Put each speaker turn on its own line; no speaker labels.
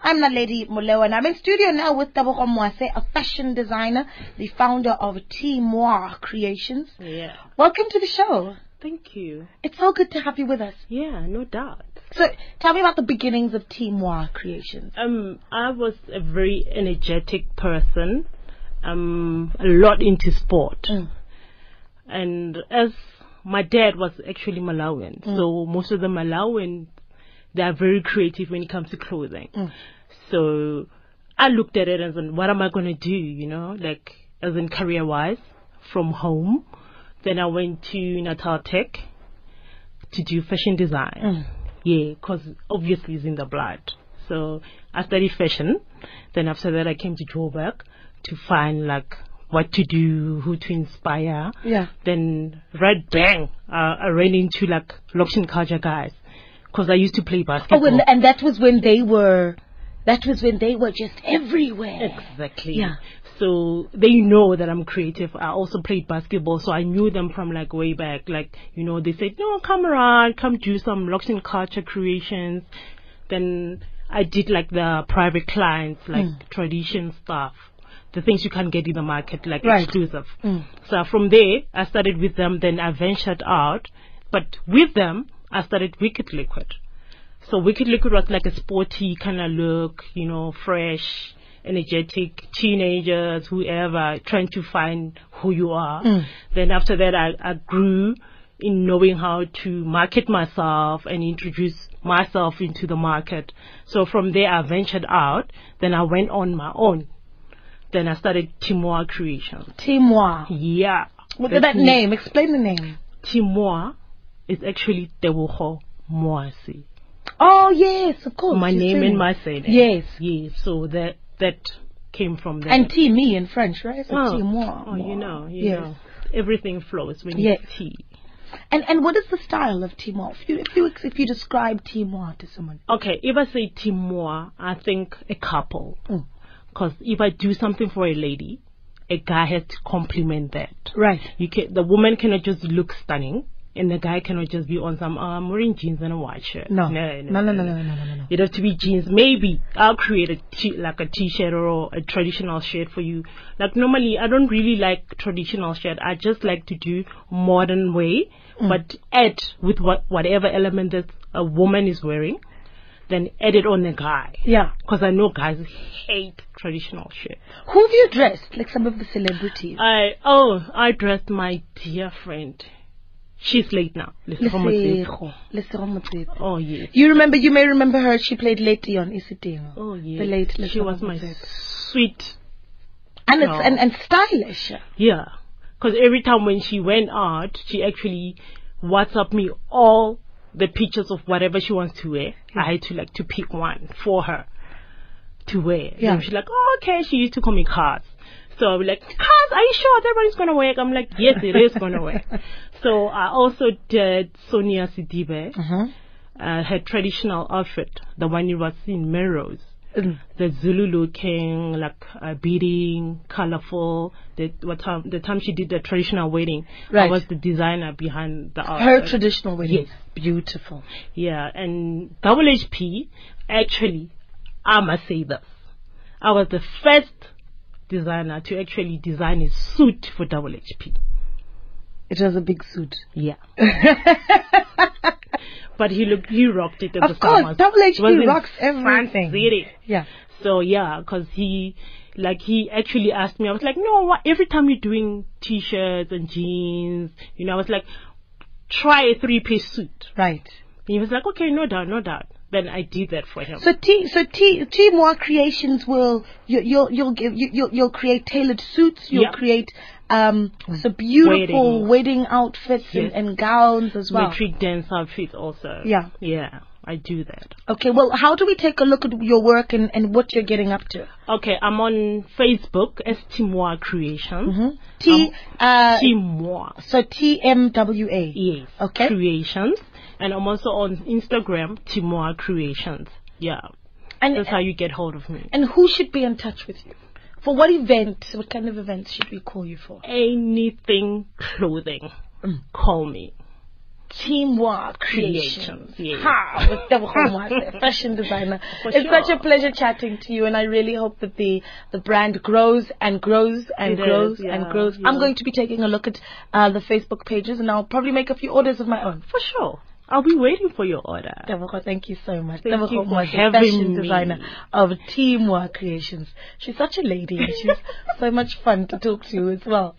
I'm Naledi Mulewa and I'm in studio now with Tabogo Mwase, a fashion designer, the founder of T Moir Creations.
Yeah.
Welcome to the show.
Thank you.
It's so good to have you with us.
Yeah, no doubt.
So tell me about the beginnings of T Moir Creations.
Um, I was a very energetic person. Um, a lot into sport,
Mm.
and as my dad was actually Malawian, so most of the Malawians they are very creative when it comes to clothing. So I looked at it and said, what am I going to do? You know, like as in career wise from home. Then I went to Natal Tech to do fashion design. Yeah, because obviously it's in the blood. So I studied fashion. Then after that, I came to Joburg to find like what to do, who to inspire.
Yeah.
Then right bang, uh, I ran into like Lokshin culture guys because I used to play basketball.
Oh, and, and that was when they were, that was when they were just everywhere.
Exactly.
Yeah.
So they know that I'm creative. I also played basketball, so I knew them from like way back. Like, you know, they said, no, come around, come do some locks and culture creations. Then I did like the private clients, like
Hmm.
tradition stuff, the things you can't get in the market, like
Right.
exclusive. So from there, I started with them, then I ventured out. But with them, I started Wicked Liquid. So Wicked Liquid was like a sporty kind of look, you know, fresh, energetic, teenagers, whoever, trying to find who you are. Then after that, I, I grew in knowing how to market myself and introduce myself into the market. So from there, I ventured out. Then I went on my own. Then I started Timor Creations.
T Moir.
Yeah.
Look at that
That's me.
name. Explain the name.
Timor is actually Tewoho Moasi.
Oh, yes, of course.
my
you
name
said
and
it.
my surname.
Yes.
Yes. So that that came from there.
And T me in French, right? So
oh,
T Moir.
oh, you know, you
yes.
know, everything flows when
Yes.
it's tea.
And and what is the style of Timor? If you if you if you describe Timor to someone,
Okay, if I say Timor, I think a couple.
Mm.
Because if I do something for a lady, a guy has to compliment that.
right?
You can, the woman cannot just look stunning, and the guy cannot just be on some, oh, I'm wearing jeans and a white shirt.
No, no, no, no, no, no, no, no. no.
It has to be jeans. Maybe I'll create a t- like a t-shirt or a traditional shirt for you. Like normally, I don't really like traditional shirt. I just like to do modern way,
Mm.
but add with what whatever element that a woman is wearing, then add it on the guy.
Yeah.
Because I know guys hate traditional shirt.
Who have you dressed? Like some of the celebrities.
I oh I dressed my dear friend. She's late now. Listen for my
Lesego. Lesego Motsepe.
Oh yes.
You remember? You may remember her. She played Leti on Isidimo.
Oh yes.
The late
She
Lesego
was my
Motsepe.
sweet
And it's
No.
and and stylish.
Yeah. 'Cause every time when she went out, she actually WhatsApp me all the pictures of whatever she wants to wear. I had to like to pick one for her to wear.
Yeah.
And she's like, oh, okay. She used to call me Cars. So I'm like, Cars, are you sure that one is gonna work? I'm like, yes, it is gonna work. So I also did Sonia Sidibe,
Uh-huh.
uh, her traditional outfit, the one you was in Melrose
Mm.
the Zulu looking, like uh, beading, colorful. The what time the time she did the traditional wedding, I
Right.
was the designer behind the
Her
outfit.
traditional wedding.
Yes.
Beautiful.
yeah, and WHP actually, I must say this, I was the first designer to actually design a suit for WHP.
It was a big suit.
Yeah. but he looked, he rocked it at
Of
the
course,
Summers.
WHP
It was in
rocks
Sun
everything.
City.
Yeah.
So yeah, 'cause he, like he actually asked me. I was like, no, what? Every time you're doing t-shirts and jeans, you know, I was like, try a three-piece suit.
Right.
He was like, okay, no doubt, no doubt. Then I did that for him.
So T, so T, T Moir Creations will you, you'll you'll give you, you'll, you'll create tailored suits. You'll
Yeah.
create um so beautiful wedding, outfits
Yes.
and, and gowns as well.
Metric dance outfit also.
Yeah.
Yeah, I do that.
Okay, well, how do we take a look at your work and, and what you're getting up to?
Okay, I'm on Facebook as Timoa Creations.
Mm-hmm. T, uh,
Timoa.
so T M W A.
Yes.
Okay.
Creations. And I'm also on Instagram, Timoa Creations. Yeah.
And
That's how you get hold of me.
and who should be in touch with you? For what event? What kind of events should we call you for?
Mm. Anything clothing, call me.
teamwork creations.
Creations, yes.
Ha! With Tebogo Mwase, fashion designer.
For
it's such
sure.
a pleasure chatting to you, and I really hope that the, the brand grows and grows and
It
grows
is, yeah,
and grows.
yeah.
I'm going to be taking a look at uh, the Facebook pages, and I'll probably make a few orders of my own.
For sure. I'll be waiting for your order.
Tebogo, thank you so much.
Thank
Tebogo
you for
Mwase,
having
fashion
me.
designer of Teamwork Creations. She's such a lady, and she's so much fun to talk to as well.